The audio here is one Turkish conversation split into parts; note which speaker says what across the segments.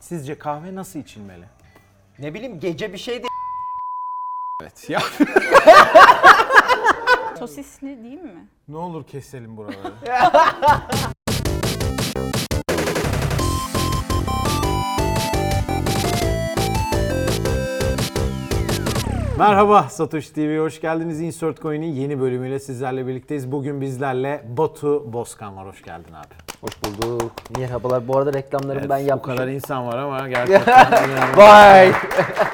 Speaker 1: Sizce kahve nasıl içilmeli?
Speaker 2: Ne bileyim gece bir şey de
Speaker 1: Evet. Ya.
Speaker 3: Sosisli değil mi?
Speaker 1: ne olur keselim buraları. Merhaba Satoshi TV'ye hoş geldiniz. Insert Coin'in yeni bölümüyle sizlerle birlikteyiz. Bugün bizlerle Batu Bozkan var. Hoş geldin abi.
Speaker 2: Hoş bulduk. Merhabalar. Bu arada reklamlarımı ben
Speaker 1: Bu
Speaker 2: yapmışım.
Speaker 1: kadar insan var ama gerçekten inanılmaz.
Speaker 2: Vay!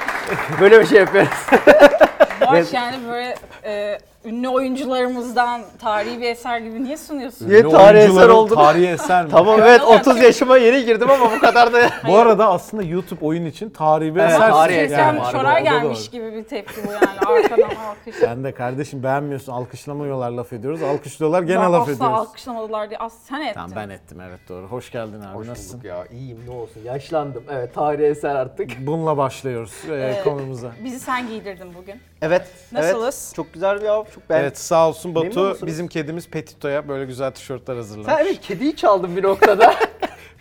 Speaker 2: Böyle bir şey yapıyoruz.
Speaker 3: Boş yani böyle e, ünlü oyuncularımızdan tarihi bir eser gibi niye sunuyorsun?
Speaker 2: Niye
Speaker 1: Ne
Speaker 2: tarihi eser
Speaker 1: oyuncuların
Speaker 2: oldun?
Speaker 1: Tarihi eser mi?
Speaker 2: tamam evet 30 yaşıma yeni girdim ama bu kadar da...
Speaker 1: Bu arada aslında YouTube oyun için tarihi bir
Speaker 2: Evet,
Speaker 1: eser.
Speaker 2: tarihi
Speaker 3: Seslenmiş
Speaker 2: eser yani, harbi,
Speaker 3: şoray
Speaker 1: o da doğru.
Speaker 3: gelmiş gibi bir tepki bu yani arkadan alkış.
Speaker 1: Sen de kardeşim beğenmiyorsun, alkışlamıyorlar laf ediyoruz. Alkışlıyorlar gene
Speaker 3: Ben
Speaker 1: laf
Speaker 3: asla
Speaker 1: ediyoruz.
Speaker 3: alkışlamadılar diye. As sen ettin.
Speaker 1: Tamam ben ettim evet doğru. Hoş geldin abi nasılsın?
Speaker 2: ya. İyiyim ne olsun. Yaşlandım. Evet tarihi eser artık.
Speaker 1: Bununla başlıyoruz e,
Speaker 3: Ee,
Speaker 1: konumuza.
Speaker 3: Bizi sen giydirdin bugün.
Speaker 2: Evet.
Speaker 3: Nasılız?
Speaker 2: Evet. Çok güzel bir abi. Çok ben...
Speaker 1: Evet sağ olsun
Speaker 2: Memnun
Speaker 1: Batu
Speaker 2: musunuz?
Speaker 1: bizim kedimiz Petito'ya böyle güzel tişörtler hazırlamış.
Speaker 2: Sen evet kediyi çaldın bir noktada.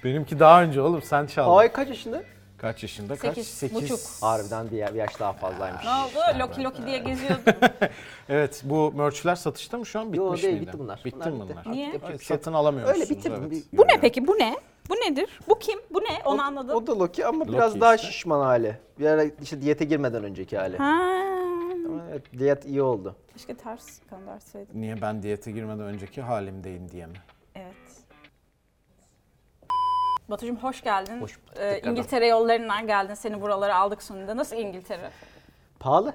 Speaker 1: Benimki daha önce oğlum sen çaldın.
Speaker 2: Ay kaç yaşında?
Speaker 1: Kaç yaşında? Kaç?
Speaker 3: Sekiz buçuk.
Speaker 2: Harbiden bir, bir yaş daha fazlaymış.
Speaker 3: Ne oldu? Loki Loki diye geziyordun.
Speaker 1: Evet bu merchler satışta mı şu an bitmiş
Speaker 2: Yo, değil,
Speaker 1: miydi?
Speaker 2: bitti bunlar.
Speaker 1: Bitti
Speaker 2: Bunlar
Speaker 1: mi
Speaker 2: bitti.
Speaker 1: bunlar?
Speaker 3: Niye?
Speaker 1: Evet,
Speaker 2: Yapacak bir şey yok.
Speaker 1: satın alamıyorsunuz.
Speaker 2: Öyle bitirdim.
Speaker 1: evet.
Speaker 2: Bir-
Speaker 3: bu ne peki? Bu ne? Bu nedir? Bu kim? Bu ne? Onu anladım.
Speaker 2: O da Loki ama
Speaker 1: Loki
Speaker 2: biraz daha
Speaker 1: işte.
Speaker 2: şişman hali. Bir ara işte diyete girmeden önceki hali.
Speaker 3: Ha.
Speaker 2: Ama Evet, diyet iyi oldu.
Speaker 3: Keşke ters gönderseydin.
Speaker 1: Niye ben diyete girmeden önceki halimdeyim diye mi?
Speaker 3: Evet. Batucuğum hoş geldin.
Speaker 2: Hoş bulduk
Speaker 3: Ee,
Speaker 2: tekrardan.
Speaker 3: İngiltere yollarından geldin. Seni buralara aldık sonunda. Nasıl İngiltere?
Speaker 2: Pahalı.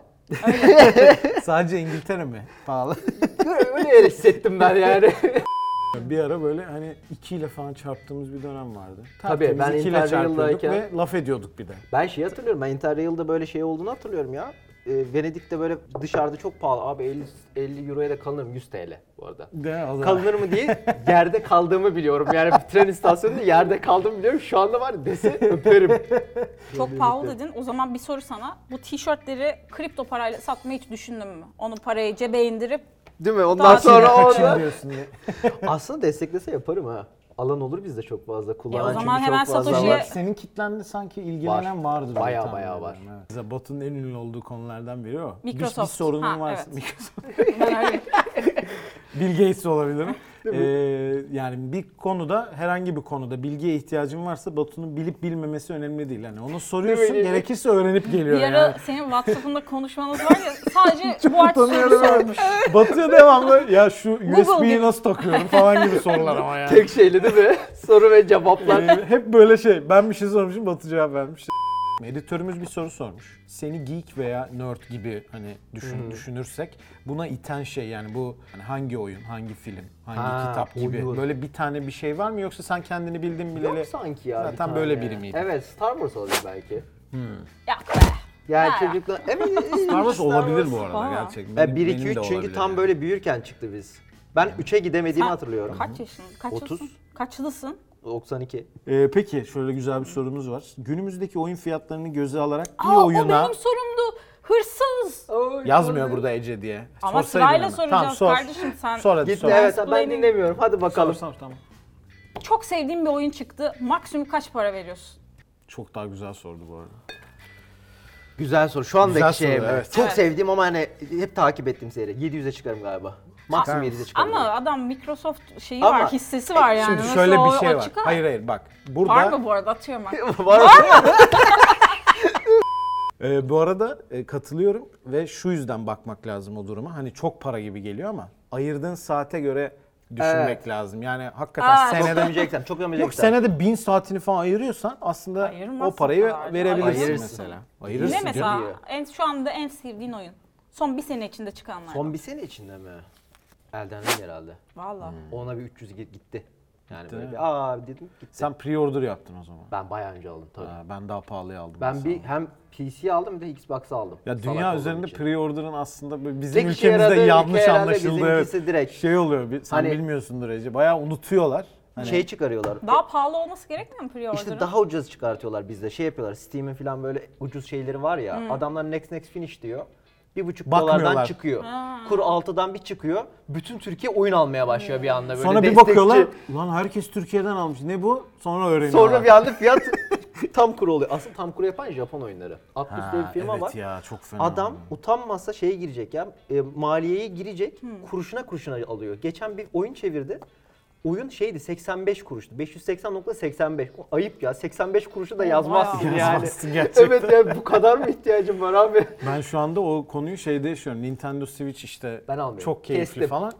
Speaker 1: Sadece İngiltere mi? Pahalı.
Speaker 2: Öyle hissettim ben yani.
Speaker 1: Bir ara böyle hani 2 ile falan çarptığımız bir dönem vardı.
Speaker 2: Tabii,
Speaker 1: Tertemiz
Speaker 2: ben
Speaker 1: iki ile çarpıyorduk
Speaker 2: Interrail'dayken-
Speaker 1: ve laf ediyorduk bir de.
Speaker 2: ben şey hatırlıyorum. Ben Interrail'de böyle şey olduğunu hatırlıyorum ya. E, Venedik'te böyle dışarıda çok pahalı. Abi 50, 50 euroya da kalınırım 100 TL bu arada.
Speaker 1: De o zaman.
Speaker 2: Kalınır mı diye yerde kaldığımı biliyorum. Yani bir tren istasyonunda yerde kaldığımı biliyorum. Şu anda var ya dese öperim.
Speaker 3: Çok pahalı dedin. O zaman bir soru sana. Bu tişörtleri kripto parayla satmayı hiç düşündün mü? Onu parayı cebe indirip
Speaker 2: Değil mi? Ondan
Speaker 3: Daha
Speaker 2: sonra
Speaker 1: Kaçın
Speaker 2: orada.
Speaker 1: diyorsun diye.
Speaker 2: Aslında desteklese yaparım ha. Alan olur bizde çok fazla. Kullanan
Speaker 3: Ya E, o
Speaker 2: çünkü
Speaker 3: zaman
Speaker 2: çok
Speaker 3: hemen
Speaker 2: fazla
Speaker 3: Satoshi'ye-
Speaker 2: var.
Speaker 1: Senin kitlende sanki ilgilenen
Speaker 2: Var.
Speaker 1: vardır.
Speaker 2: Bayağı
Speaker 1: diye tahmin
Speaker 2: bayağı
Speaker 1: ediyorum,
Speaker 2: var.
Speaker 1: Evet. Mesela Batu'nun en ünlü olduğu konulardan biri o. Bir- Bir,
Speaker 3: Microsoft.
Speaker 1: sorunun
Speaker 3: Ha,
Speaker 1: varsa
Speaker 3: evet.
Speaker 1: Microsoft.
Speaker 3: ben öyle-
Speaker 1: Bill Gates olabilirim. Ee, yani bir konuda herhangi bir konuda bilgiye ihtiyacın varsa Batu'nun bilip bilmemesi önemli değil. Hani onu soruyorsun
Speaker 2: Değil mi?
Speaker 1: gerekirse öğrenip geliyor
Speaker 3: bir ara
Speaker 1: yani.
Speaker 3: senin WhatsApp'ında konuşmanız var ya sadece bu artı soru
Speaker 1: Utanıyorum.
Speaker 3: sormuş.
Speaker 1: evet. Batıya devamlı ya şu USB'yi
Speaker 3: gibi.
Speaker 1: nasıl takıyorum falan gibi sorular ama yani.
Speaker 2: Tek şeyli değil mi? Soru ve cevaplar.
Speaker 1: Ee, hep böyle şey. Ben bir şey sormuşum, Batı cevap vermiş. Editörümüz bir soru sormuş. Seni geek veya nerd gibi hani düşün, düşünürsek buna iten şey yani bu hani hangi oyun, hangi film, hangi
Speaker 2: Ha,
Speaker 1: kitap gibi
Speaker 2: oyun.
Speaker 1: böyle bir tane bir şey var mı yoksa sen kendini bildin bileli
Speaker 2: Yok sanki ya. bir
Speaker 1: zaten
Speaker 2: tane.
Speaker 1: böyle biri miydin?
Speaker 2: Evet Star Wars olabilir belki.
Speaker 3: Ya be.
Speaker 2: Yani
Speaker 3: Ha.
Speaker 2: çocuklar... Evet,
Speaker 1: Star Wars olabilir bu
Speaker 2: Wars.
Speaker 1: arada
Speaker 3: Aa.
Speaker 1: gerçekten.
Speaker 2: Ya
Speaker 1: Benim-
Speaker 2: 1
Speaker 1: benim
Speaker 2: 2
Speaker 1: de
Speaker 2: 3 çünkü
Speaker 1: olabilir
Speaker 2: tam
Speaker 1: yani.
Speaker 2: böyle büyürken çıktı biz. Ben 3'e gidemediğimi
Speaker 3: Sen
Speaker 2: hatırlıyorum.
Speaker 3: Kaç yaşındasın? Kaç
Speaker 2: Otuz.
Speaker 3: yılısın? Kaçlısın?
Speaker 2: 92.
Speaker 1: Ee, peki şöyle güzel bir sorumuz var. Günümüzdeki oyun fiyatlarını göze alarak bir
Speaker 3: Aa,
Speaker 1: oyuna
Speaker 3: o benim sorumdu. Hırsız.
Speaker 1: yazmıyor burada Ece diye.
Speaker 3: Ama
Speaker 1: Sorsaydın
Speaker 3: sırayla
Speaker 1: hemen.
Speaker 3: soracağız
Speaker 1: Tamam, sor.
Speaker 3: kardeşim sen.
Speaker 1: Sor hadi
Speaker 2: Gitti
Speaker 1: sor.
Speaker 2: evet ben
Speaker 3: Explaining.
Speaker 2: dinlemiyorum. Hadi
Speaker 1: Sor,
Speaker 2: bakalım.
Speaker 1: sor, tamam.
Speaker 3: Çok sevdiğim bir oyun çıktı. Maksimum kaç para veriyorsun?
Speaker 1: Çok daha güzel sordu bu arada.
Speaker 2: Güzel soru. Şu andaki
Speaker 1: Güzel
Speaker 2: şey.
Speaker 1: soru, evet.
Speaker 2: Çok
Speaker 3: Evet.
Speaker 2: sevdiğim ama hani hep takip ettiğim seri. 700'e çıkarım galiba. Maksimum 700'e çıkarım.
Speaker 3: Ama adam Microsoft şeyi
Speaker 2: Ama-
Speaker 3: var, hissesi var yani.
Speaker 1: e, Şimdi
Speaker 3: Nasıl
Speaker 1: şöyle
Speaker 3: o-
Speaker 1: bir
Speaker 3: o
Speaker 1: şey var.
Speaker 3: çıkar?
Speaker 1: Hayır hayır bak.
Speaker 3: Var
Speaker 1: Burada
Speaker 3: mı bu arada? Atıyorum ben.
Speaker 2: Var mı?
Speaker 1: e, bu arada e, katılıyorum ve şu yüzden bakmak lazım o duruma. Hani çok para gibi geliyor ama ayırdığın saate göre düşünmek
Speaker 2: Evet.
Speaker 1: lazım. Yani hakikaten
Speaker 3: Aa,
Speaker 2: Çok
Speaker 1: senede
Speaker 2: gömeceksen, çok gömeceksen.
Speaker 1: Yok senede bin saatini falan ayırıyorsan aslında
Speaker 3: Ayırmazsın
Speaker 1: o parayı
Speaker 3: o kadar.
Speaker 1: verebilirsin
Speaker 2: Ayırırsın.
Speaker 1: mesela.
Speaker 3: Ne
Speaker 1: Ayırırsın
Speaker 3: mesela?
Speaker 1: canım.
Speaker 2: diyor.
Speaker 3: En, şu anda en sevdiğin oyun. Son bir sene içinde çıkanlar.
Speaker 2: Son bir sene içinde mi? Elden Ring herhalde.
Speaker 3: Valla.
Speaker 1: Hmm.
Speaker 2: Ona bir 300 gi- gitti. Yani böyle
Speaker 1: mi?
Speaker 2: bir aa dedim gitti.
Speaker 1: Sen pre-order yaptın o zaman.
Speaker 2: Ben bayağı önce aldım tabii.
Speaker 1: Aa, ben daha pahalıya aldım.
Speaker 2: Ben
Speaker 1: mesela.
Speaker 2: bir hem PC aldım bir de Xbox aldım.
Speaker 1: ya
Speaker 2: Salak
Speaker 1: dünya
Speaker 2: olduğum
Speaker 1: üzerinde
Speaker 2: için.
Speaker 1: pre-order'ın aslında böyle bizim
Speaker 2: Tek işe
Speaker 1: ülkemizde
Speaker 2: yaradığı ülke
Speaker 1: yanlış
Speaker 2: herhalde
Speaker 1: anlaşıldı.
Speaker 2: bizimkisi
Speaker 1: evet.
Speaker 2: direkt.
Speaker 1: Şey oluyor. bir- Sen
Speaker 2: Hani-
Speaker 1: bilmiyorsundur Ece. Bayağı unutuyorlar. Hani
Speaker 2: şey çıkarıyorlar.
Speaker 3: Daha pahalı olması gerekmiyor mu pre-order'ın?
Speaker 2: İşte daha ucuz çıkartıyorlar bizde. Şey yapıyorlar. Steam'in falan böyle ucuz şeyleri var ya. Adamlar next next finish diyor. 1,5
Speaker 1: Bakmıyorlar.
Speaker 2: dolardan çıkıyor. Kur 6'dan bir çıkıyor. Bütün Türkiye oyun almaya başlıyor bir anda böyle.
Speaker 1: Sonra bir
Speaker 2: destekçi.
Speaker 1: bakıyorlar. Ulan herkes Türkiye'den almış. Ne bu? Sonra öğreniyorlar.
Speaker 2: Sonra bir anda fiyat tam kuru oluyor. Asıl tam kuru yapan Japon oyunları. Atlus
Speaker 1: Ha,
Speaker 2: diye bir firma
Speaker 1: evet
Speaker 2: var.
Speaker 1: ya çok fena.
Speaker 2: Adam utanmazsa şeye girecek ya, e, maliyeye girecek, kuruşuna kuruşuna alıyor. Geçen bir oyun çevirdi. Oyun şeydi 85 kuruştu. 580.85. O Ayıp ya. 85 kuruşu da yazmazsın
Speaker 3: wow.
Speaker 2: yani.
Speaker 1: Yazmazsın gerçekten.
Speaker 2: evet ya bu kadar mı ihtiyacım var abi?
Speaker 1: Ben şu anda o konuyu şeyde yaşıyorum. Nintendo Switch işte
Speaker 2: Ben almıyorum.
Speaker 1: çok keyifli
Speaker 2: Kestim.
Speaker 1: falan.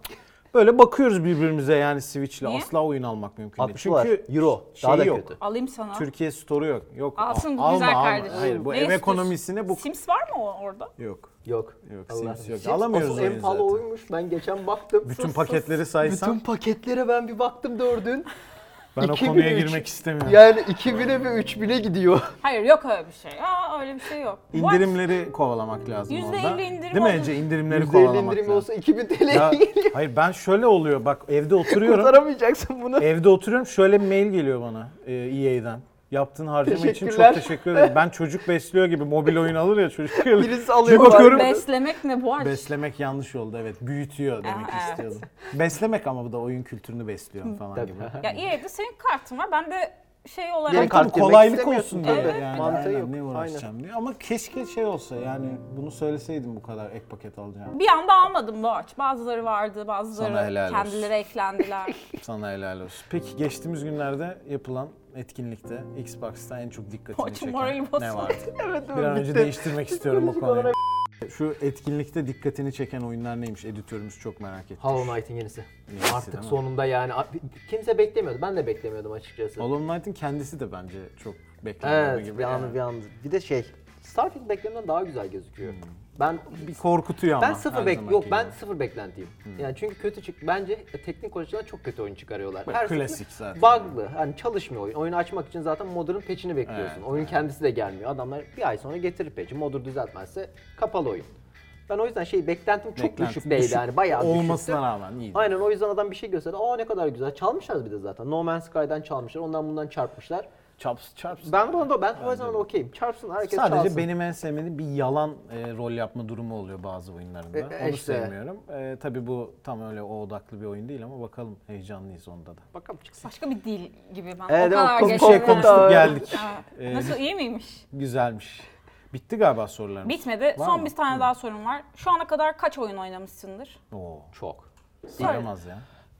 Speaker 1: Böyle bakıyoruz birbirimize yani Switch'le.
Speaker 3: Niye?
Speaker 1: Asla oyun almak mümkün değil.
Speaker 2: Atmışlar.
Speaker 1: Çünkü
Speaker 2: Euro.
Speaker 1: şeyi
Speaker 2: Daha da
Speaker 1: yok.
Speaker 2: kötü.
Speaker 3: Alayım sana.
Speaker 1: Türkiye Store'u yok. Yok.
Speaker 3: Alsın
Speaker 1: al-
Speaker 3: güzel
Speaker 1: alma, alma.
Speaker 3: kardeşim.
Speaker 1: Hayır bu
Speaker 3: Ne
Speaker 1: ev
Speaker 3: istiyorsun?
Speaker 1: ekonomisine bu
Speaker 3: Sims var mı o- orada?
Speaker 1: yok.
Speaker 2: Yok.
Speaker 1: Yok,
Speaker 2: Allah
Speaker 1: Sims
Speaker 2: razı
Speaker 1: yok.
Speaker 2: olsun.
Speaker 1: Alamıyoruz
Speaker 2: asıl
Speaker 1: oyunu
Speaker 2: en pahalı
Speaker 1: zaten.
Speaker 2: oyunmuş. Ben geçen baktım.
Speaker 1: Bütün
Speaker 2: Sus, sus.
Speaker 1: paketlleri saysan
Speaker 2: Bütün paketlere ben bir baktım dördün.
Speaker 1: ben o
Speaker 2: 2003
Speaker 1: konuya girmek istemiyorum.
Speaker 2: Yani 2000'e ve 3000'e gidiyor.
Speaker 3: Hayır yok öyle bir şey. Aa öyle bir şey yok. What?
Speaker 1: İndirimleri kovalamak lazım
Speaker 3: Yüzde
Speaker 1: orada.
Speaker 3: elli indirim
Speaker 1: Değil mi
Speaker 3: oldu.
Speaker 1: Ece? İndirimleri
Speaker 2: %50
Speaker 1: kovalamak
Speaker 2: indirim
Speaker 1: lazım.
Speaker 2: olsa 2000
Speaker 1: Ya,
Speaker 2: TL'ye geliyor.
Speaker 1: hayır ben şöyle oluyor bak evde oturuyorum.
Speaker 2: Kurtaramayacaksın bunu.
Speaker 1: Evde oturuyorum şöyle bir mail geliyor bana e, EA'den. Yaptığın harcama için çok
Speaker 2: Teşekkürler.
Speaker 1: teşekkür ederim. Ben çocuk besliyor gibi mobil oyun alır ya çocuk.
Speaker 2: Birisi alıyor.
Speaker 1: Bir bakıyorum.
Speaker 3: Beslemek ne bu arada?
Speaker 1: Beslemek yanlış oldu evet. Büyütüyor demek
Speaker 3: Aa, evet.
Speaker 1: istiyordum. Beslemek ama bu da oyun kültürünü besliyor falan
Speaker 2: Tabii.
Speaker 1: gibi.
Speaker 3: Ya iyi de senin kartın var. Ben de şey olarak...
Speaker 2: Benim
Speaker 1: Tabii
Speaker 2: kart yemek
Speaker 1: kolaylık
Speaker 2: istemiyorsun
Speaker 1: olsun diye
Speaker 2: tabii.
Speaker 1: yani.
Speaker 2: Mantığı
Speaker 1: aynen,
Speaker 2: yok.
Speaker 1: Ne uğraşacağım diye. Ama keşke şey olsa yani bunu söyleseydim bu kadar ek paket alacağım.
Speaker 3: Bir anda almadım bu aç. Bazıları vardı,
Speaker 1: Sana helal
Speaker 3: bazıları
Speaker 1: olsun.
Speaker 3: kendileri eklendiler.
Speaker 1: Sana helal olsun. Peki geçtiğimiz günlerde yapılan etkinlikte Xbox'ta en çok dikkatini
Speaker 3: Koçum,
Speaker 1: çeken
Speaker 3: moralim
Speaker 1: ne
Speaker 3: bozuldu.
Speaker 1: vardı?
Speaker 2: Evet,
Speaker 1: Bir an önce
Speaker 2: bitti.
Speaker 1: değiştirmek istiyorum bu
Speaker 2: Psikolojik
Speaker 1: konuyu.
Speaker 2: olarak-
Speaker 1: Şu etkinlikte dikkatini çeken oyunlar neymiş? Editörümüz çok merak etti.
Speaker 2: Hollow Knight'in yenisi.
Speaker 1: Yenisi, değil
Speaker 2: Artık
Speaker 1: mi?
Speaker 2: sonunda yani a- kimse beklemiyordu. Ben de beklemiyordum açıkçası.
Speaker 1: Hollow Knight'in kendisi de bence çok beklenen
Speaker 2: evet,
Speaker 1: gibi.
Speaker 2: bir
Speaker 1: yani.
Speaker 2: anı bir anı. Bir de şey, Starfield beklenenden daha güzel gözüküyor.
Speaker 1: Hmm.
Speaker 2: Ben
Speaker 1: Bir korkutuyor ama.
Speaker 2: ben sıfır
Speaker 1: her
Speaker 2: bek
Speaker 1: zamanki
Speaker 2: yok ben
Speaker 1: gibi. Hmm.
Speaker 2: sıfır beklentiyim. Yani çünkü kötü çık bence teknik açıdan çok kötü oyun çıkarıyorlar.
Speaker 1: Bak, klasik zaten.
Speaker 2: Bug'lı. Hani çalışmıyor oyun. Oyunu açmak için zaten modern patch'ini bekliyorsun.
Speaker 1: Evet,
Speaker 2: Oyunun kendisi de gelmiyor. Adamlar bir ay sonra getirir patch'i. Modder düzeltmezse kapalı oyun. Ben o yüzden şey beklentim çok
Speaker 1: Beklentim
Speaker 2: düşük değildi yani bayağı düşüktü.
Speaker 1: Olmasına rağmen iyiydi.
Speaker 2: Aynen o yüzden adam bir şey gösterdi. Aa ne kadar güzel. Çalmışlar bir de zaten. No Man's Sky'dan çalmışlar. Ondan bundan çarpmışlar.
Speaker 1: Çarps, çarps.
Speaker 2: Ben Ronaldo ben o yüzden okeyim. Çarpsın herkes
Speaker 1: Sadece
Speaker 2: çalsın.
Speaker 1: benim en sevmediğim bir yalan e, rol yapma durumu oluyor bazı oyunlarında.
Speaker 2: E, e,
Speaker 1: Onu
Speaker 2: işte.
Speaker 1: sevmiyorum. E, tabii bu tam öyle o odaklı bir oyun değil ama bakalım heyecanlıyız onda da.
Speaker 2: Bakalım çıksın.
Speaker 3: Başka bir dil gibi ben.
Speaker 2: Evet,
Speaker 3: o kadar
Speaker 2: o
Speaker 1: Bir şey
Speaker 2: Bir şey
Speaker 1: konuştuk
Speaker 2: konuştuk,
Speaker 1: geldik.
Speaker 3: Ha.
Speaker 1: Ee,
Speaker 3: Nasıl iyi miymiş?
Speaker 1: Güzelmiş. Bitti galiba sorularımız.
Speaker 3: Bitmedi.
Speaker 1: Var
Speaker 3: Son
Speaker 1: mı?
Speaker 3: bir tane daha sorum var. Şu ana kadar kaç oyun oynamışsındır?
Speaker 1: Oo,
Speaker 2: Çok.
Speaker 1: sayamaz ya.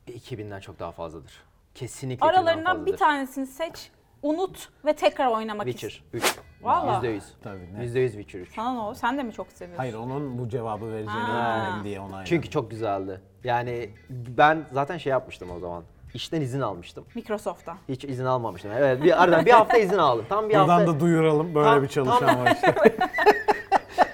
Speaker 2: 2000'den çok daha fazladır. Kesinlikle
Speaker 3: Aralarından bir tanesini seç, unut ve tekrar oynamak ist-
Speaker 2: Witcher 3.
Speaker 3: Valla.
Speaker 2: %100.
Speaker 1: Tabii, ne?
Speaker 2: %100 Witcher 3.
Speaker 3: Sana ne o? Sen de mi çok seviyorsun?
Speaker 1: Hayır onun bu cevabı vereceğini
Speaker 3: Ha.
Speaker 1: bilmiyorum diye ona
Speaker 2: Çünkü çok güzeldi. Yani ben zaten şey yapmıştım o zaman. İşten izin almıştım.
Speaker 3: Microsoft'tan.
Speaker 2: Hiç izin almamıştım. Evet, bir aradan bir hafta izin aldım. Tam bir
Speaker 1: Buradan
Speaker 2: hafta
Speaker 1: da duyuralım böyle
Speaker 2: Tam-
Speaker 1: bir çalışan var işte.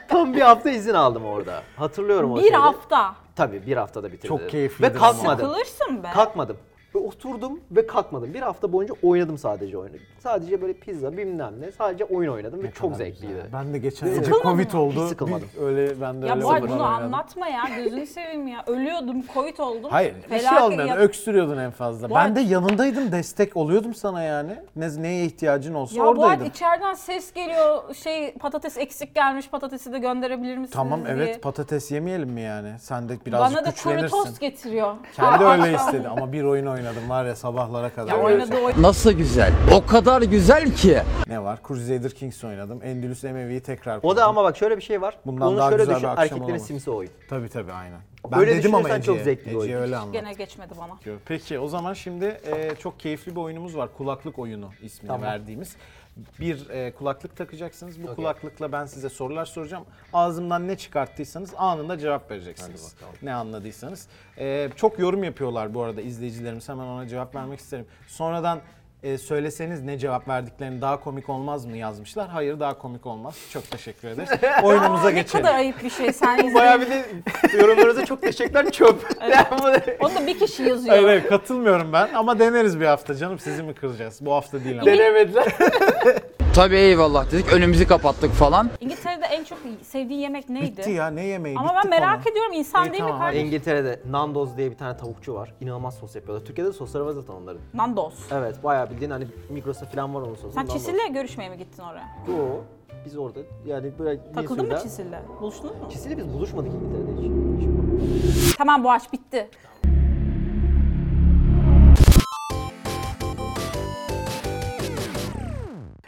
Speaker 2: tam bir hafta izin aldım orada. Hatırlıyorum o
Speaker 3: Bir
Speaker 2: şeyi.
Speaker 3: hafta.
Speaker 2: Tabii bir haftada bitirdim.
Speaker 1: Çok keyifliydi ama.
Speaker 2: Ve kalkmadım.
Speaker 3: Sıkılırsın be.
Speaker 2: Kalkmadım. Ve oturdum ve kalkmadım. Bir hafta boyunca oynadım sadece oyunu. Sadece böyle pizza bilmem ne. Sadece oyun oynadım ve çok zevkliydi.
Speaker 1: Ben de geçen gece
Speaker 2: Sıkılmadın
Speaker 1: Covid
Speaker 3: mı?
Speaker 1: oldu.
Speaker 2: Hiç sıkılmadım.
Speaker 1: Bir- öyle ben de
Speaker 3: ya
Speaker 1: öyle
Speaker 3: bu arada
Speaker 1: oynadım.
Speaker 3: bunu anlatma ya. Gözünü seveyim ya. Ölüyordum, covid oldum.
Speaker 1: Hayır bir şey
Speaker 3: Felaket
Speaker 1: olmuyordu.
Speaker 3: ya-
Speaker 1: Öksürüyordun en fazla.
Speaker 3: Bu
Speaker 1: ben
Speaker 3: arada-
Speaker 1: de yanındaydım. Destek oluyordum sana yani. Ne, neye ihtiyacın olsa
Speaker 3: Ya bu arada
Speaker 1: oradaydım.
Speaker 3: içeriden ses geliyor. Şey patates eksik gelmiş. Patatesi de gönderebilir misiniz
Speaker 1: Tamam
Speaker 3: diye.
Speaker 1: evet patates yemeyelim mi yani? Sen de birazcık
Speaker 3: Bana da kuru
Speaker 1: güçlenirsin.
Speaker 3: tost getiriyor.
Speaker 1: Kendi öyle istedi ama bir oyun oynadım var ya sabahlara kadar.
Speaker 3: Ya oynadığı oyun.
Speaker 4: Nasıl güzel? O kadar güzel ki.
Speaker 1: Ne var? Crusader Kings oynadım. Endülüs Emevi'yi tekrar
Speaker 2: O da ama bak şöyle bir şey var.
Speaker 1: Bundan
Speaker 2: Onu
Speaker 1: daha
Speaker 2: şöyle
Speaker 1: güzel bir
Speaker 2: düşün.
Speaker 1: akşam
Speaker 2: Erkeklerin
Speaker 1: olamaz.
Speaker 2: simsi oyun.
Speaker 1: Tabii tabii aynen. Ben
Speaker 2: Böyle
Speaker 1: dedim ama
Speaker 2: düşünürsen
Speaker 1: Ece'ye.
Speaker 2: çok zevkli bir
Speaker 1: Ece'ye
Speaker 2: oyun.
Speaker 1: öyle anlattı.
Speaker 3: Gene geçmedi bana.
Speaker 1: Peki o zaman şimdi e, çok keyifli bir oyunumuz var. Kulaklık oyunu ismini
Speaker 2: Tamam.
Speaker 1: verdiğimiz. Bir e, kulaklık takacaksınız. Bu kulaklıkla ben size sorular soracağım. Ağzımdan ne çıkarttıysanız anında cevap vereceksiniz. Ne anladıysanız. E, çok yorum yapıyorlar bu arada izleyicilerimiz. Hemen ona cevap vermek isterim. Sonradan e, söyleseniz ne cevap verdiklerini daha komik olmaz mı yazmışlar. Hayır daha komik olmaz. Çok teşekkür ederiz. Oyunumuza
Speaker 3: Ne
Speaker 1: geçelim.
Speaker 3: kadar ayıp bir şey sen izledin.
Speaker 2: Bayağı bir de yorumlarınıza çok teşekkürler çöp. Yani bu-
Speaker 3: Onu da bir kişi yazıyor.
Speaker 1: Hayır, hayır, katılmıyorum ben ama deneriz bir hafta canım sizi mi kıracağız? Bu hafta değil ama.
Speaker 2: Denemediler.
Speaker 4: Tabii eyvallah dedik önümüzü kapattık falan.
Speaker 3: İngiltere'de en çok sevdiği yemek neydi?
Speaker 1: Bitti ya ne yemeği
Speaker 3: Ama
Speaker 1: bitti
Speaker 3: ben merak
Speaker 1: konu.
Speaker 3: ediyorum insan
Speaker 1: İyi,
Speaker 3: değil
Speaker 1: tamam,
Speaker 3: mi kardeşim?
Speaker 2: İngiltere'de Nando's diye bir tane tavukçu var. İnanılmaz sos yapıyorlar. Türkiye'de de sosları var zaten onların.
Speaker 3: Nandos.
Speaker 2: Evet bayağı bildiğin hani Migros'ta falan var onun sosu.
Speaker 3: Sen
Speaker 2: Nando's.
Speaker 3: Çisil'le görüşmeye mi gittin oraya?
Speaker 2: Yo, Biz orada yani böyle bir
Speaker 3: Takıldın mı
Speaker 2: sürüden-
Speaker 3: Çisil'le? Buluştunuz mu?
Speaker 2: Çisil'le biz buluşmadık İngiltere'de hiç.
Speaker 3: Tamam bu aşk bitti.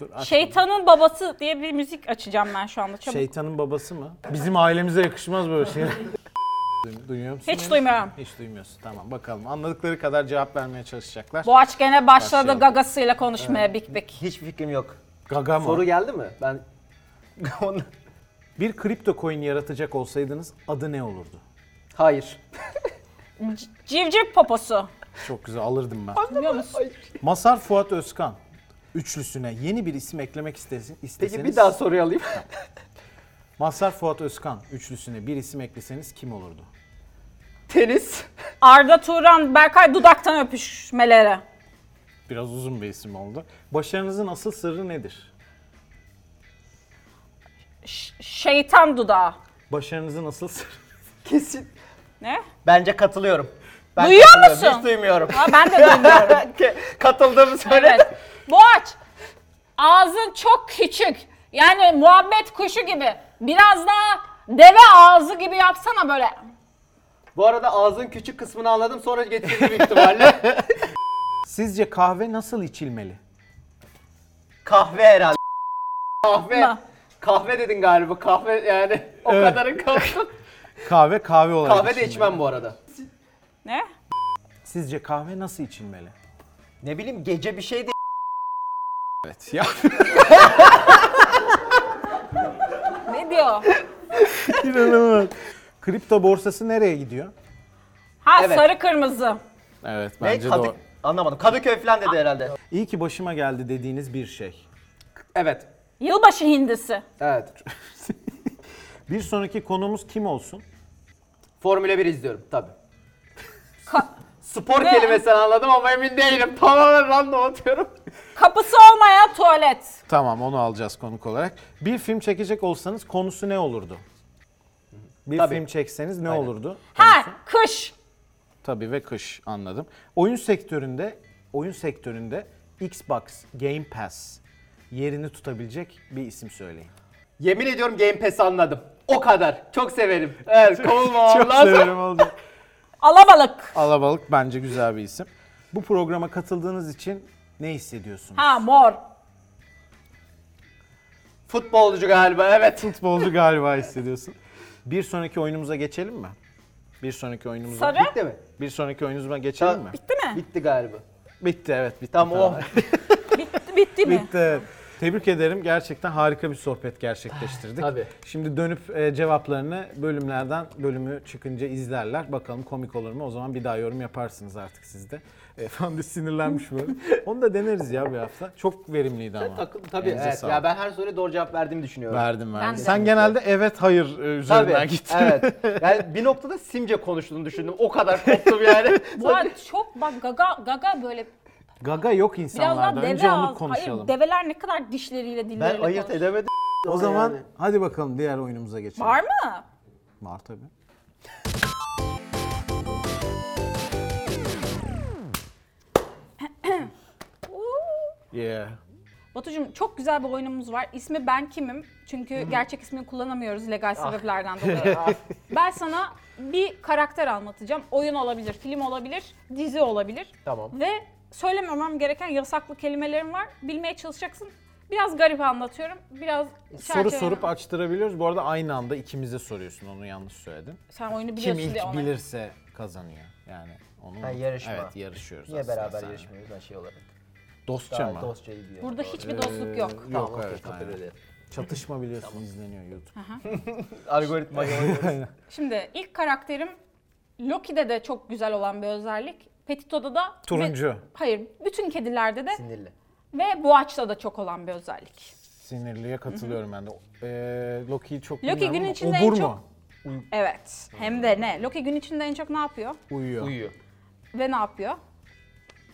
Speaker 1: Dur, aç.
Speaker 3: Şeytanın babası diye bir müzik açacağım ben şu anda. Çabuk.
Speaker 1: Şeytanın babası mı? Bizim ailemize yakışmaz böyle şeyler. Duyuyor musun?
Speaker 3: Hiç
Speaker 1: beni?
Speaker 3: duymuyorum.
Speaker 1: Hiç duymuyorsun. Tamam bakalım. Anladıkları kadar cevap vermeye çalışacaklar.
Speaker 3: Boğaç gene başladı
Speaker 1: Başlayalım.
Speaker 3: gagasıyla konuşmaya bik bik.
Speaker 2: Hiçbir fikrim yok.
Speaker 1: Gaga mı?
Speaker 2: Soru geldi mi? Ben Ondan-
Speaker 1: Bir kripto coin yaratacak olsaydınız adı ne olurdu?
Speaker 2: Hayır.
Speaker 3: Civciv poposu.
Speaker 1: Çok güzel alırdım ben.
Speaker 3: Biliyor musun?
Speaker 1: Masar Fuat Özkan üçlüsüne yeni bir isim eklemek istesin, isteseniz...
Speaker 2: Peki bir daha soruyu alayım.
Speaker 1: Mazhar Fuat Özkan üçlüsüne bir isim ekleseniz kim olurdu?
Speaker 2: Tenis.
Speaker 3: Arda Turan, Berkay dudaktan öpüşmeleri.
Speaker 1: Biraz uzun bir isim oldu. Başarınızın asıl sırrı nedir?
Speaker 3: Ş- şeytan dudağı.
Speaker 1: Başarınızın asıl sırrı...
Speaker 2: Kesin.
Speaker 3: Ne?
Speaker 2: Bence katılıyorum. Ben
Speaker 3: Duyuyor
Speaker 2: katılıyorum.
Speaker 3: musun?
Speaker 2: Hiç duymuyorum.
Speaker 3: Ha, ben de duymuyorum.
Speaker 2: Katıldığımı söyle.
Speaker 3: evet. Boğaç, ağzın çok küçük. Yani muhabbet kuşu gibi. Biraz daha deve ağzı gibi yapsana böyle.
Speaker 2: Bu arada ağzın küçük kısmını anladım sonra getirdim büyük ihtimalle.
Speaker 1: Sizce kahve nasıl içilmeli?
Speaker 2: Kahve herhalde. Kahve.
Speaker 3: Ama.
Speaker 2: Kahve dedin galiba. Kahve yani o
Speaker 1: Evet.
Speaker 2: kadarın kalsın.
Speaker 1: Kahve kahve olarak
Speaker 2: Kahve de
Speaker 1: içilmeli.
Speaker 2: içmem bu arada.
Speaker 3: Ne?
Speaker 1: Sizce kahve nasıl içilmeli?
Speaker 2: Ne bileyim gece bir şey de
Speaker 1: Evet ya
Speaker 3: Ne diyor?
Speaker 1: inanılmaz. Kripto borsası nereye gidiyor?
Speaker 3: Ha
Speaker 2: Evet.
Speaker 3: sarı kırmızı.
Speaker 1: Evet
Speaker 2: ne? Kadık... Anlamadım. Kadıköy falan dedi herhalde.
Speaker 1: İyi ki başıma geldi dediğiniz bir şey.
Speaker 2: Evet.
Speaker 3: Yılbaşı hindisi.
Speaker 2: Evet.
Speaker 1: Bir sonraki konumuz kim olsun?
Speaker 2: Formula 1 izliyorum tabii.
Speaker 3: Ka-
Speaker 2: Spor
Speaker 3: Ne?
Speaker 2: kelimesini anladım ama emin değilim. Tamamen random atıyorum.
Speaker 3: kapısı olmayan tuvalet.
Speaker 1: Tamam onu alacağız konuk olarak. Bir film çekecek olsanız konusu ne olurdu? Bir
Speaker 2: Tabii.
Speaker 1: film çekseniz ne olurdu?
Speaker 3: Ha kış.
Speaker 1: Tabii ve kış anladım. Oyun sektöründe oyun sektöründe Xbox Game Pass yerini tutabilecek bir isim söyleyin.
Speaker 2: Yemin ediyorum Game Pass'i anladım. O kadar. Çok severim. Evet kovulmamam
Speaker 1: Çok
Speaker 2: lazım.
Speaker 1: severim oldu.
Speaker 3: Alabalık.
Speaker 1: Alabalık bence güzel bir isim. Bu programa katıldığınız için ne hissediyorsunuz?
Speaker 3: Ha mor.
Speaker 2: Futbolcu galiba evet.
Speaker 1: Futbolcu galiba hissediyorsun. Bir sonraki oyunumuza geçelim mi? Bir sonraki oyunumuza.
Speaker 3: Sarı.
Speaker 2: Bitti mi?
Speaker 1: Bir sonraki oyunumuza geçelim mi?
Speaker 3: Bitti mi?
Speaker 2: Bitti galiba.
Speaker 1: Bitti evet bitti.
Speaker 2: Tamam oh. o.
Speaker 3: Bitti, bitti mi?
Speaker 1: Bitti. Tebrik ederim. Gerçekten harika bir sohbet gerçekleştirdik.
Speaker 2: Tabii.
Speaker 1: Şimdi dönüp e, cevaplarını bölümlerden bölümü çıkınca izlerler. Bakalım komik olur mu? O zaman bir daha yorum yaparsınız artık siz de. E, Fandi sinirlenmiş böyle. Onu da deneriz ya bir hafta. Çok verimliydi ama.
Speaker 2: Takım- Tabii
Speaker 1: Elinize
Speaker 2: evet.
Speaker 1: sağlık.
Speaker 2: Ya ben her soruya doğru cevap verdiğimi düşünüyorum.
Speaker 1: Verdim verdim.
Speaker 3: de.
Speaker 1: Sen genelde evet hayır e,
Speaker 2: Tabii.
Speaker 1: üzerinden gittin.
Speaker 2: Evet. Yani bir noktada simce konuştuğunu düşündüm. O kadar koptum yani.
Speaker 3: Bu arada çok bak gaga gaga böyle
Speaker 1: Gaga yok
Speaker 3: biraz daha
Speaker 1: insanlarda.
Speaker 3: deve
Speaker 1: Önce onu
Speaker 3: ağzı. Hayır
Speaker 1: konuşalım.
Speaker 3: develer ne kadar dişleriyle dilleriyle
Speaker 2: ben ayırt
Speaker 3: konuşuyor.
Speaker 2: edemedim.
Speaker 1: o zaman hadi bakalım diğer oyunumuza geçelim.
Speaker 3: Var mı?
Speaker 1: Var tabii. yeah.
Speaker 3: Batucuğum çok güzel bir oyunumuz var. İsmi Ben Kimim. Çünkü gerçek ismini kullanamıyoruz legal sebeplerden dolayı. ben sana bir karakter anlatacağım. Oyun olabilir, film olabilir, dizi olabilir.
Speaker 2: Tamam.
Speaker 3: Ve söylememem gereken yasaklı kelimelerim var. Bilmeye çalışacaksın. Biraz garip anlatıyorum. Biraz şey
Speaker 1: Soru
Speaker 3: çerçeve-
Speaker 1: sorup açtırabiliyoruz. Bu arada aynı anda ikimize soruyorsun. Onu yanlış söyledin.
Speaker 3: Sen oyunu
Speaker 1: Kim
Speaker 3: biliyorsun diye
Speaker 1: ilk
Speaker 3: ona.
Speaker 1: bilirse kazanıyor. Yani onu
Speaker 2: Ha, yarışma.
Speaker 1: Evet, yarışıyoruz.
Speaker 2: Niye
Speaker 1: aslında
Speaker 2: beraber
Speaker 1: seninle.
Speaker 2: yarışmıyoruz ben şey olarak?
Speaker 1: Dostça
Speaker 2: Daha
Speaker 1: mı?
Speaker 2: dostça iyi bir
Speaker 3: Burada hiçbir dostluk yok.
Speaker 1: Ee,
Speaker 2: Tamam,
Speaker 1: Yok
Speaker 2: okey,
Speaker 1: evet.
Speaker 2: kabul
Speaker 1: aynen.
Speaker 2: ederim.
Speaker 1: Çatışma biliyorsun izleniyor YouTube.
Speaker 2: Algoritma
Speaker 3: Şimdi ilk karakterim Loki'de de çok güzel olan bir özellik. Petito'da da ve-
Speaker 1: Turuncu.
Speaker 3: hayır, bütün kedilerde de
Speaker 2: sinirli.
Speaker 3: Ve boğaçta da çok olan bir özellik.
Speaker 1: Sinirliye katılıyorum ben de. Ee, Loki'yi çok
Speaker 3: Loki
Speaker 1: bilmem
Speaker 3: gün
Speaker 1: ama
Speaker 3: içinde
Speaker 1: obur
Speaker 3: en çok-
Speaker 1: mu?
Speaker 3: Evet. Hem de ne? Loki gün içinde en çok ne yapıyor
Speaker 1: Uyuyor.
Speaker 2: Uyuyor.
Speaker 3: ve ne yapıyor?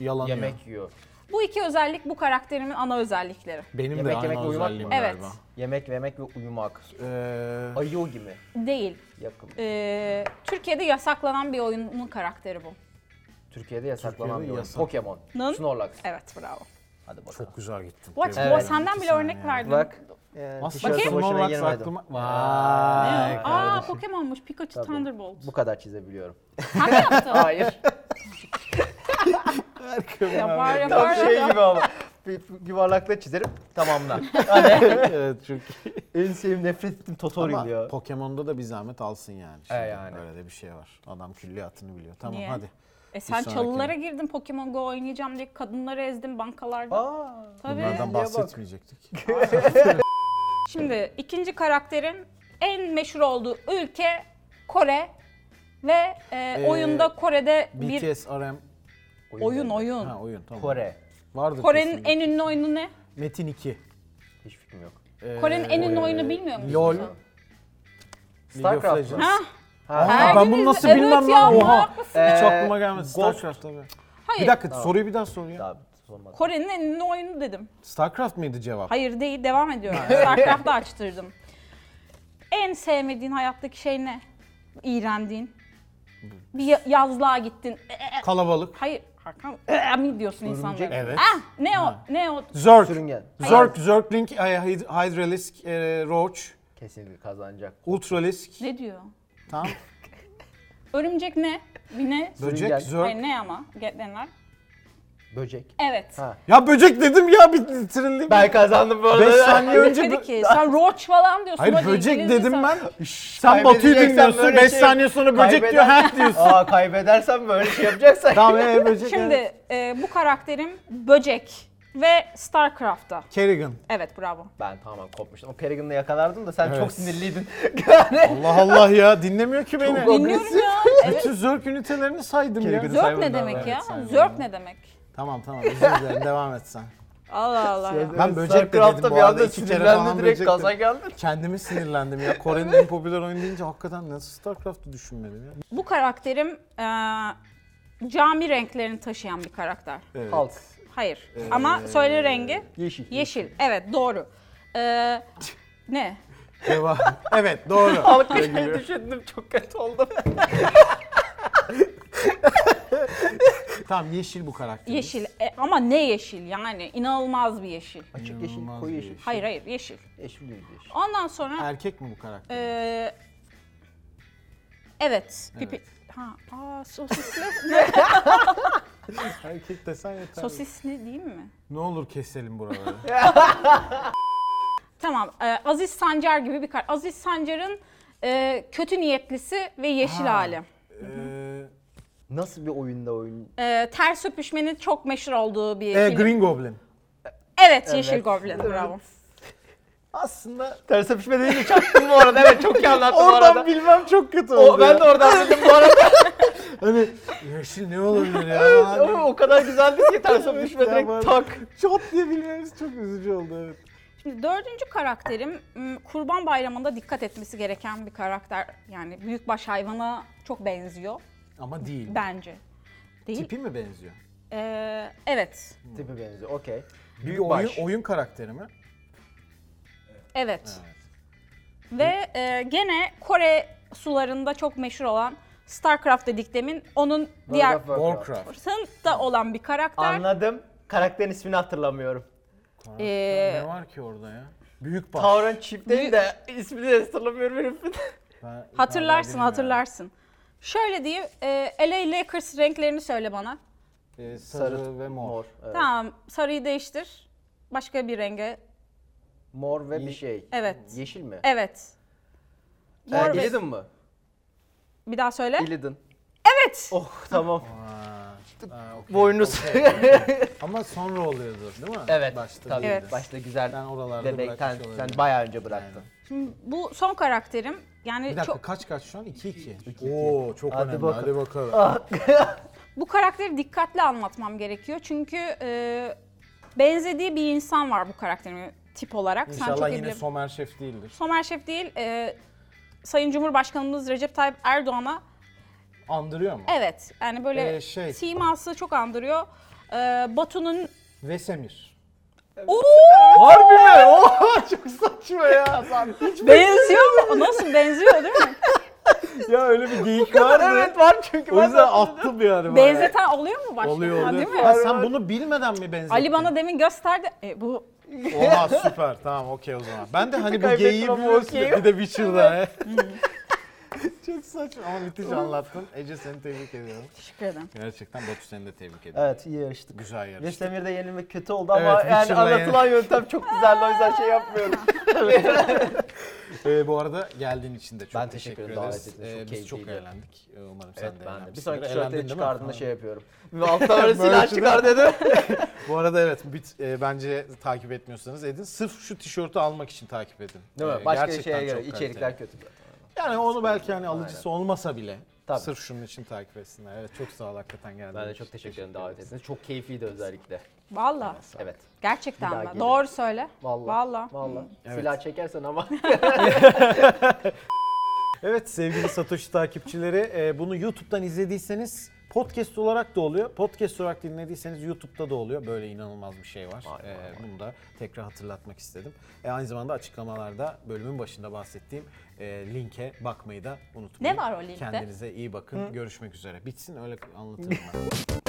Speaker 1: Yalanıyor.
Speaker 2: Yemek yiyor.
Speaker 3: Bu iki özellik bu karakterimin ana özellikleri.
Speaker 1: Benim
Speaker 2: Yemek
Speaker 1: de aynı
Speaker 2: yemek ve uyumak
Speaker 1: özelliğim
Speaker 2: mı?
Speaker 3: Evet.
Speaker 1: galiba.
Speaker 2: Yemek yemek ve uyumak.
Speaker 1: Ee,
Speaker 2: Ayı gibi.
Speaker 3: Değil.
Speaker 2: Yakın.
Speaker 3: Ee, Türkiye'de yasaklanan bir oyunun karakteri bu.
Speaker 2: Türkiye'de yasaklanan
Speaker 1: Türkiye'de
Speaker 2: bir oyun.
Speaker 1: yasak.
Speaker 2: Pokemon.
Speaker 3: Nın-
Speaker 2: Snorlax.
Speaker 3: Evet bravo.
Speaker 2: Hadi bakalım.
Speaker 1: çok güzel gittin.
Speaker 3: Boğaç,
Speaker 1: Tebrik
Speaker 3: Boğaç
Speaker 1: ederim.
Speaker 3: senden
Speaker 1: İki
Speaker 3: bile örnek
Speaker 1: saniye.
Speaker 3: verdin.
Speaker 2: Bak. Yani
Speaker 1: Nasıl
Speaker 2: tişörtüm
Speaker 1: şaşırma
Speaker 2: hoşuna
Speaker 1: olarak
Speaker 2: girmedi.
Speaker 1: aklıma- Vay.
Speaker 3: Aa
Speaker 2: kardeşim.
Speaker 3: Pokemon'muş Pikachu
Speaker 2: Tabii.
Speaker 3: Thunderbolt.
Speaker 2: Bu kadar çizebiliyorum.
Speaker 3: Sen mi yaptın?
Speaker 2: Hayır.
Speaker 3: yapar
Speaker 2: Tam
Speaker 3: yapar.
Speaker 2: şey gibi ama. Bir yuvarlakla çizerim tamamla.
Speaker 1: evet çünkü.
Speaker 2: en sevdiğim nefret ettiğim
Speaker 1: Ama
Speaker 2: Totori'ydi ya.
Speaker 1: Pokemon'da da bir zahmet alsın yani. Şimdi.
Speaker 2: E yani.
Speaker 1: Öyle de bir şey var. Adam külliyatını biliyor. Tamam
Speaker 3: Niye?
Speaker 1: hadi.
Speaker 3: E sen
Speaker 1: sonraki.
Speaker 3: çalılara girdin Pokemon Go oynayacağım diye kadınları ezdin bankalarda.
Speaker 2: Aa.
Speaker 3: Tabii.
Speaker 1: Bunlardan
Speaker 2: niye bak?
Speaker 1: bahsetmeyecektik.
Speaker 3: Şimdi ikinci karakterin en meşhur olduğu ülke Kore ve e,
Speaker 1: Ee,
Speaker 3: oyunda Kore'de bir
Speaker 1: BTS, RM.
Speaker 3: oyun oyun.
Speaker 1: Ha oyun tamam.
Speaker 2: Kore.
Speaker 1: Vardır
Speaker 3: Kore'nin
Speaker 1: kesin.
Speaker 3: en ünlü oyunu ne?
Speaker 1: Metin 2.
Speaker 2: Hiç fikrim yok.
Speaker 1: Ee,
Speaker 3: Kore'nin en ünlü oyunu bilmiyor musun?
Speaker 1: LOL.
Speaker 3: sen?
Speaker 1: League of
Speaker 2: Starcraft mı?
Speaker 1: Legends.
Speaker 3: Ha,
Speaker 1: Aa,
Speaker 3: Her
Speaker 1: ben
Speaker 3: gün
Speaker 1: bunu
Speaker 3: iz-
Speaker 1: nasıl
Speaker 3: evet
Speaker 1: bilmem
Speaker 3: ya,
Speaker 1: lan oha.
Speaker 3: manyak mısın?
Speaker 1: Hiç
Speaker 2: Ee,
Speaker 1: aklıma gelmedi.
Speaker 2: Ghost-
Speaker 1: Starcraft tabii.
Speaker 3: Hayır.
Speaker 1: Bir dakika soruyu bir daha sor ya.
Speaker 2: Daha sormadım.
Speaker 3: Kore'nin en ünlü oyunu dedim.
Speaker 1: Starcraft mıydı cevap?
Speaker 3: Hayır değil devam ediyorum. Starcraft'ı açtırdım. En sevmediğin hayattaki şey ne? İğrendiğin. Bir ya- yazlığa gittin. Ee,
Speaker 1: Kalabalık.
Speaker 3: hayır Hakan ee, mi diyorsun insanlara?
Speaker 1: Evet.
Speaker 3: Ah ne o ne o
Speaker 1: Zerg.
Speaker 2: Sürüngen.
Speaker 1: Zerg, Zergling, e, Hyd- Hydralisk, e, Roach,
Speaker 2: Kesinlikle kazanacak.
Speaker 1: Ultralisk.
Speaker 3: ne diyor?
Speaker 1: Tamam.
Speaker 3: Örümcek ne? Bir ne?
Speaker 1: Böcek,
Speaker 2: Sürüngen.
Speaker 1: Zerg.
Speaker 3: Hayır, ne ama? Getlenler.
Speaker 2: Böcek.
Speaker 3: Evet.
Speaker 2: Ha.
Speaker 1: Ya böcek dedim ya bitirildi.
Speaker 2: Ben kazandım bu arada.
Speaker 1: 5 saniye önce
Speaker 3: Önce
Speaker 1: bö-
Speaker 3: ki sen roach falan diyorsun.
Speaker 1: Hayır
Speaker 3: hadi
Speaker 1: böcek
Speaker 3: İngilizce
Speaker 1: dedim
Speaker 3: sen-
Speaker 1: ben. Sen Batu'yu
Speaker 2: Kaybedeceksen
Speaker 1: dinliyorsun.
Speaker 2: böyle
Speaker 1: 5
Speaker 2: şey-
Speaker 1: saniye sonra böcek diyor
Speaker 2: Kaybeder-
Speaker 1: ha diyorsun.
Speaker 2: Aa kaybedersen böyle şey yapacaksan.
Speaker 1: Tamam ee böcek. evet.
Speaker 3: Şimdi e, bu karakterim böcek ve Starcraft'ta.
Speaker 1: Kerrigan.
Speaker 3: Evet bravo.
Speaker 2: Ben tamamen kopmuştum. O Kerrigan'la yakalardım da sen
Speaker 1: Evet.
Speaker 2: çok sinirliydin. Yani
Speaker 1: Allah Allah ya dinlemiyor ki beni.
Speaker 2: Çok-
Speaker 3: Dinliyorum ya. Evet.
Speaker 1: Bütün zerk ünitelerini saydım ya.
Speaker 2: Kerrigan'ı
Speaker 3: Zörk
Speaker 2: Saymam
Speaker 3: ne
Speaker 2: lazım.
Speaker 3: demek ya?
Speaker 1: Evet, saymam
Speaker 3: Zörk ne demek?
Speaker 1: Tamam tamam özür dilerim devam et sen.
Speaker 3: Allah Allah. ya.
Speaker 2: Evet,
Speaker 1: Ben böcek de dedim
Speaker 2: Starcraft'ta
Speaker 1: bu
Speaker 2: bir
Speaker 1: arada,
Speaker 2: anda
Speaker 1: iki kere falan
Speaker 2: sinirlendi direkt
Speaker 1: böcek
Speaker 2: gaza
Speaker 1: dedim.
Speaker 2: geldi.
Speaker 1: Kendimi sinirlendim ya. Kore'nin en popüler oyunu deyince hakikaten nasıl StarCraft'ı düşünmedim ya.
Speaker 3: Bu karakterim e, cami renklerini taşıyan bir karakter.
Speaker 1: Evet.
Speaker 2: Halk.
Speaker 3: Hayır. Ama söyle rengi.
Speaker 2: Yeşil.
Speaker 3: Ee, Yeşil. Evet doğru. E, ne?
Speaker 1: Devam. evet doğru.
Speaker 2: Halkı şey düşündüm çok kötü oldum.
Speaker 1: tamam yeşil bu karakter.
Speaker 3: Yeşil. E, ama ne yeşil yani? İnanılmaz bir yeşil.
Speaker 2: Açık yeşil,
Speaker 1: İnanılmaz
Speaker 2: koyu
Speaker 1: bir
Speaker 2: yeşil.
Speaker 1: yeşil.
Speaker 3: Hayır hayır yeşil.
Speaker 2: Yeşil değil yeşil.
Speaker 3: Ondan sonra
Speaker 1: Erkek mi bu karakter?
Speaker 3: e, evet. Pipi. Ha, aa, sosisli.
Speaker 1: Erkek desen yeter.
Speaker 3: sosisli değil mi?
Speaker 1: Ne olur keselim buraları.
Speaker 3: Tamam. e, Aziz Sancar gibi bir kar. Aziz Sancar'ın e, kötü niyetlisi ve yeşil
Speaker 1: Ha.
Speaker 3: hali.
Speaker 1: ee,
Speaker 2: Nasıl bir oyunda oyun?
Speaker 3: E, ters öpüşmenin çok meşhur olduğu bir
Speaker 1: e,
Speaker 3: film.
Speaker 1: Green Goblin.
Speaker 3: Evet, Yeşil
Speaker 2: Evet.
Speaker 3: Goblin. Bravo.
Speaker 1: Aslında
Speaker 2: Ters öpüşme deyince çaktım bu arada. Evet çok iyi anlattın bu
Speaker 1: oradan
Speaker 2: arada.
Speaker 1: bilmem çok kötü oldu.
Speaker 2: O, ben de oradan bildim bu arada.
Speaker 1: Hani yeşil ne olabilir ya? Hani
Speaker 2: Ama o kadar güzeldi ki ters öpüşme
Speaker 1: Ya
Speaker 2: direkt
Speaker 1: bari-
Speaker 2: tak.
Speaker 1: Çat diye bilmemiz çok üzücü oldu evet.
Speaker 3: Şimdi dördüncü karakterim m, Kurban Bayramı'nda dikkat etmesi gereken bir karakter. Yani büyükbaş hayvana çok benziyor
Speaker 1: Ama değil.
Speaker 3: bence. Değil.
Speaker 1: Tipi mi benziyor?
Speaker 3: E, evet.
Speaker 2: Tipi benziyor okey.
Speaker 1: Bir
Speaker 2: Büyük
Speaker 1: oyun,
Speaker 2: baş.
Speaker 1: oyun karakteri mi?
Speaker 3: Evet. Ve e, gene Kore sularında çok meşhur olan StarCraft dediklemin onun diğer
Speaker 2: World of
Speaker 1: Warcraft.
Speaker 3: da olan bir karakter.
Speaker 2: Anladım. Karakterin ismini hatırlamıyorum.
Speaker 3: Ee,
Speaker 1: ne var ki orada ya? Büyük baş.
Speaker 2: Tauran Chip değil de ismini de hatırlamıyorum herifin.
Speaker 1: Ben-
Speaker 3: Hatırlarsın,
Speaker 1: ben bilmiyorum.
Speaker 3: hatırlarsın. Şöyle diyeyim, e, LA Lakers renklerini söyle bana.
Speaker 1: Ee, sarı, ve mor.
Speaker 2: evet.
Speaker 3: Tamam, sarıyı değiştir. Başka bir renge.
Speaker 2: Mor ve bir şey.
Speaker 3: Evet.
Speaker 2: Yeşil mi?
Speaker 3: Evet.
Speaker 2: Ee,
Speaker 3: Mor ve...
Speaker 2: Illidan mı?
Speaker 3: Bir daha söyle.
Speaker 2: Illidan.
Speaker 3: Evet.
Speaker 2: Oh tamam.
Speaker 1: Ha, ha, okey.
Speaker 2: Boynuz.
Speaker 1: Ama sonra oluyordu değil mi?
Speaker 2: evet.
Speaker 1: Başta
Speaker 2: tabii.
Speaker 1: değildi.
Speaker 3: Evet.
Speaker 2: Başta güzel.
Speaker 1: Ben oralarda
Speaker 2: Bebek sen,
Speaker 1: bırakmış
Speaker 2: sen
Speaker 1: olabilirim.
Speaker 2: bayağı önce bıraktın.
Speaker 3: Şimdi bu son karakterim. Yani
Speaker 1: Bir dakika
Speaker 3: çok
Speaker 1: kaç kaç şu an? 2-2. Oo çok
Speaker 2: Hadi
Speaker 1: önemli.
Speaker 2: bakalım.
Speaker 1: Hadi bakalım.
Speaker 3: Ah, bu karakteri dikkatli anlatmam gerekiyor. Çünkü e, benzediği bir insan var bu karakterin tip olarak. Sen çok
Speaker 1: İnşallah
Speaker 3: iyi
Speaker 1: yine
Speaker 3: bile-
Speaker 1: Somer Şef değildir.
Speaker 3: Somer Şef değil, e, Sayın Cumhurbaşkanımız Recep Tayyip Erdoğan'a
Speaker 1: Andırıyor mu?
Speaker 3: Evet. Yani böyle
Speaker 1: Ee, şey-
Speaker 3: siması çok andırıyor. Ee, Batu'nun
Speaker 1: Vesemir.
Speaker 3: Oo!
Speaker 1: Harbi mi? Oh! Oha çok saçma ya.
Speaker 3: benziyor mu? Nasıl benziyor değil mi?
Speaker 1: ya öyle bir geyik vardı.
Speaker 2: evet var çünkü.
Speaker 1: O
Speaker 2: ben de
Speaker 1: yüzden attım yani. bayağı.
Speaker 3: Benzeten oluyor mu başka?
Speaker 1: Oluyor
Speaker 3: Ha,
Speaker 1: oluyor.
Speaker 3: Değil mi?
Speaker 1: Ha, sen bunu bilmeden mi benzettin?
Speaker 3: Ali bana demin gösterdi. E, bu
Speaker 1: Oha süper tamam okey o zaman. Ben de hani bu
Speaker 2: kaybettim
Speaker 1: geyiği
Speaker 2: ama
Speaker 1: biliyorsun
Speaker 2: okey.
Speaker 1: ya, bir de Witcher'da. he. Çok saçma ama müthiş anlattın. Ece seni tebrik ediyorum.
Speaker 3: Teşekkür ederim.
Speaker 1: Gerçekten Batu seni de tebrik ediyorum.
Speaker 2: Evet iyi yarıştık.
Speaker 1: Güzel yarıştı.
Speaker 2: Demir'de yenilmek kötü oldu ama
Speaker 1: Evet,
Speaker 2: yani
Speaker 1: Witcher'la
Speaker 2: anlatılan yöntem çok güzeldi o yüzden şey yapmıyorum.
Speaker 1: Ee, bu arada geldiğin için de çok
Speaker 2: Ben
Speaker 1: teşekkür,
Speaker 2: teşekkür ederim, davet
Speaker 1: ederiz. Ee,
Speaker 2: ettiğiniz için. Çok
Speaker 1: biz çok
Speaker 2: keyifliydi.
Speaker 1: eğlendik. Ee, Umarım
Speaker 2: evet
Speaker 1: sen de
Speaker 2: ben de. Bir
Speaker 1: eğlenmişsindir.
Speaker 2: sonraaki
Speaker 1: Eğlendin
Speaker 2: şöhretleri
Speaker 1: değil mi?
Speaker 2: çıkardığında şey
Speaker 1: Ha.
Speaker 2: yapıyorum. Altta böyle silah
Speaker 1: Merch'ı
Speaker 2: çıkar dedim.
Speaker 1: Bu arada evet bit, e, bence takip etmiyorsanız edin. Sırf şu tişörtü almak için takip edin.
Speaker 2: Değil mi?
Speaker 1: Ee,
Speaker 2: Başka
Speaker 1: gerçekten
Speaker 2: şeye göre
Speaker 1: çok kaliteli.
Speaker 2: içerikler kötü.
Speaker 1: Yani onu belki hani alıcısı olmasa bile
Speaker 2: Tabii.
Speaker 1: sırf şunun için takip etsinler. Evet çok sağ ol hakikaten geldiğin
Speaker 2: Ben de
Speaker 1: için.
Speaker 2: çok teşekkür ederim davet ettiğiniz. için. Çok keyifliydi özellikle.
Speaker 3: Valla.
Speaker 2: Evet. Bir daha
Speaker 3: Gerçekten mi?
Speaker 2: gelin.
Speaker 3: Doğru söyle.
Speaker 2: Vallahi.
Speaker 3: Valla.
Speaker 2: Vallahi. Silah çekersen ama.
Speaker 1: Evet sevgili Satoshi takipçileri e, bunu YouTube'dan izlediyseniz podcast olarak da oluyor. Podcast olarak dinlediyseniz YouTube'da da oluyor. Böyle inanılmaz bir şey var.
Speaker 2: Vay, vay,
Speaker 1: E, bunu da tekrar hatırlatmak istedim. E, aynı zamanda açıklamalarda bölümün başında bahsettiğim e, linke bakmayı da unutmayın.
Speaker 3: Ne var o linkte?
Speaker 1: Kendinize iyi bakın. Görüşmek üzere. Bitsin öyle anlatırım ben.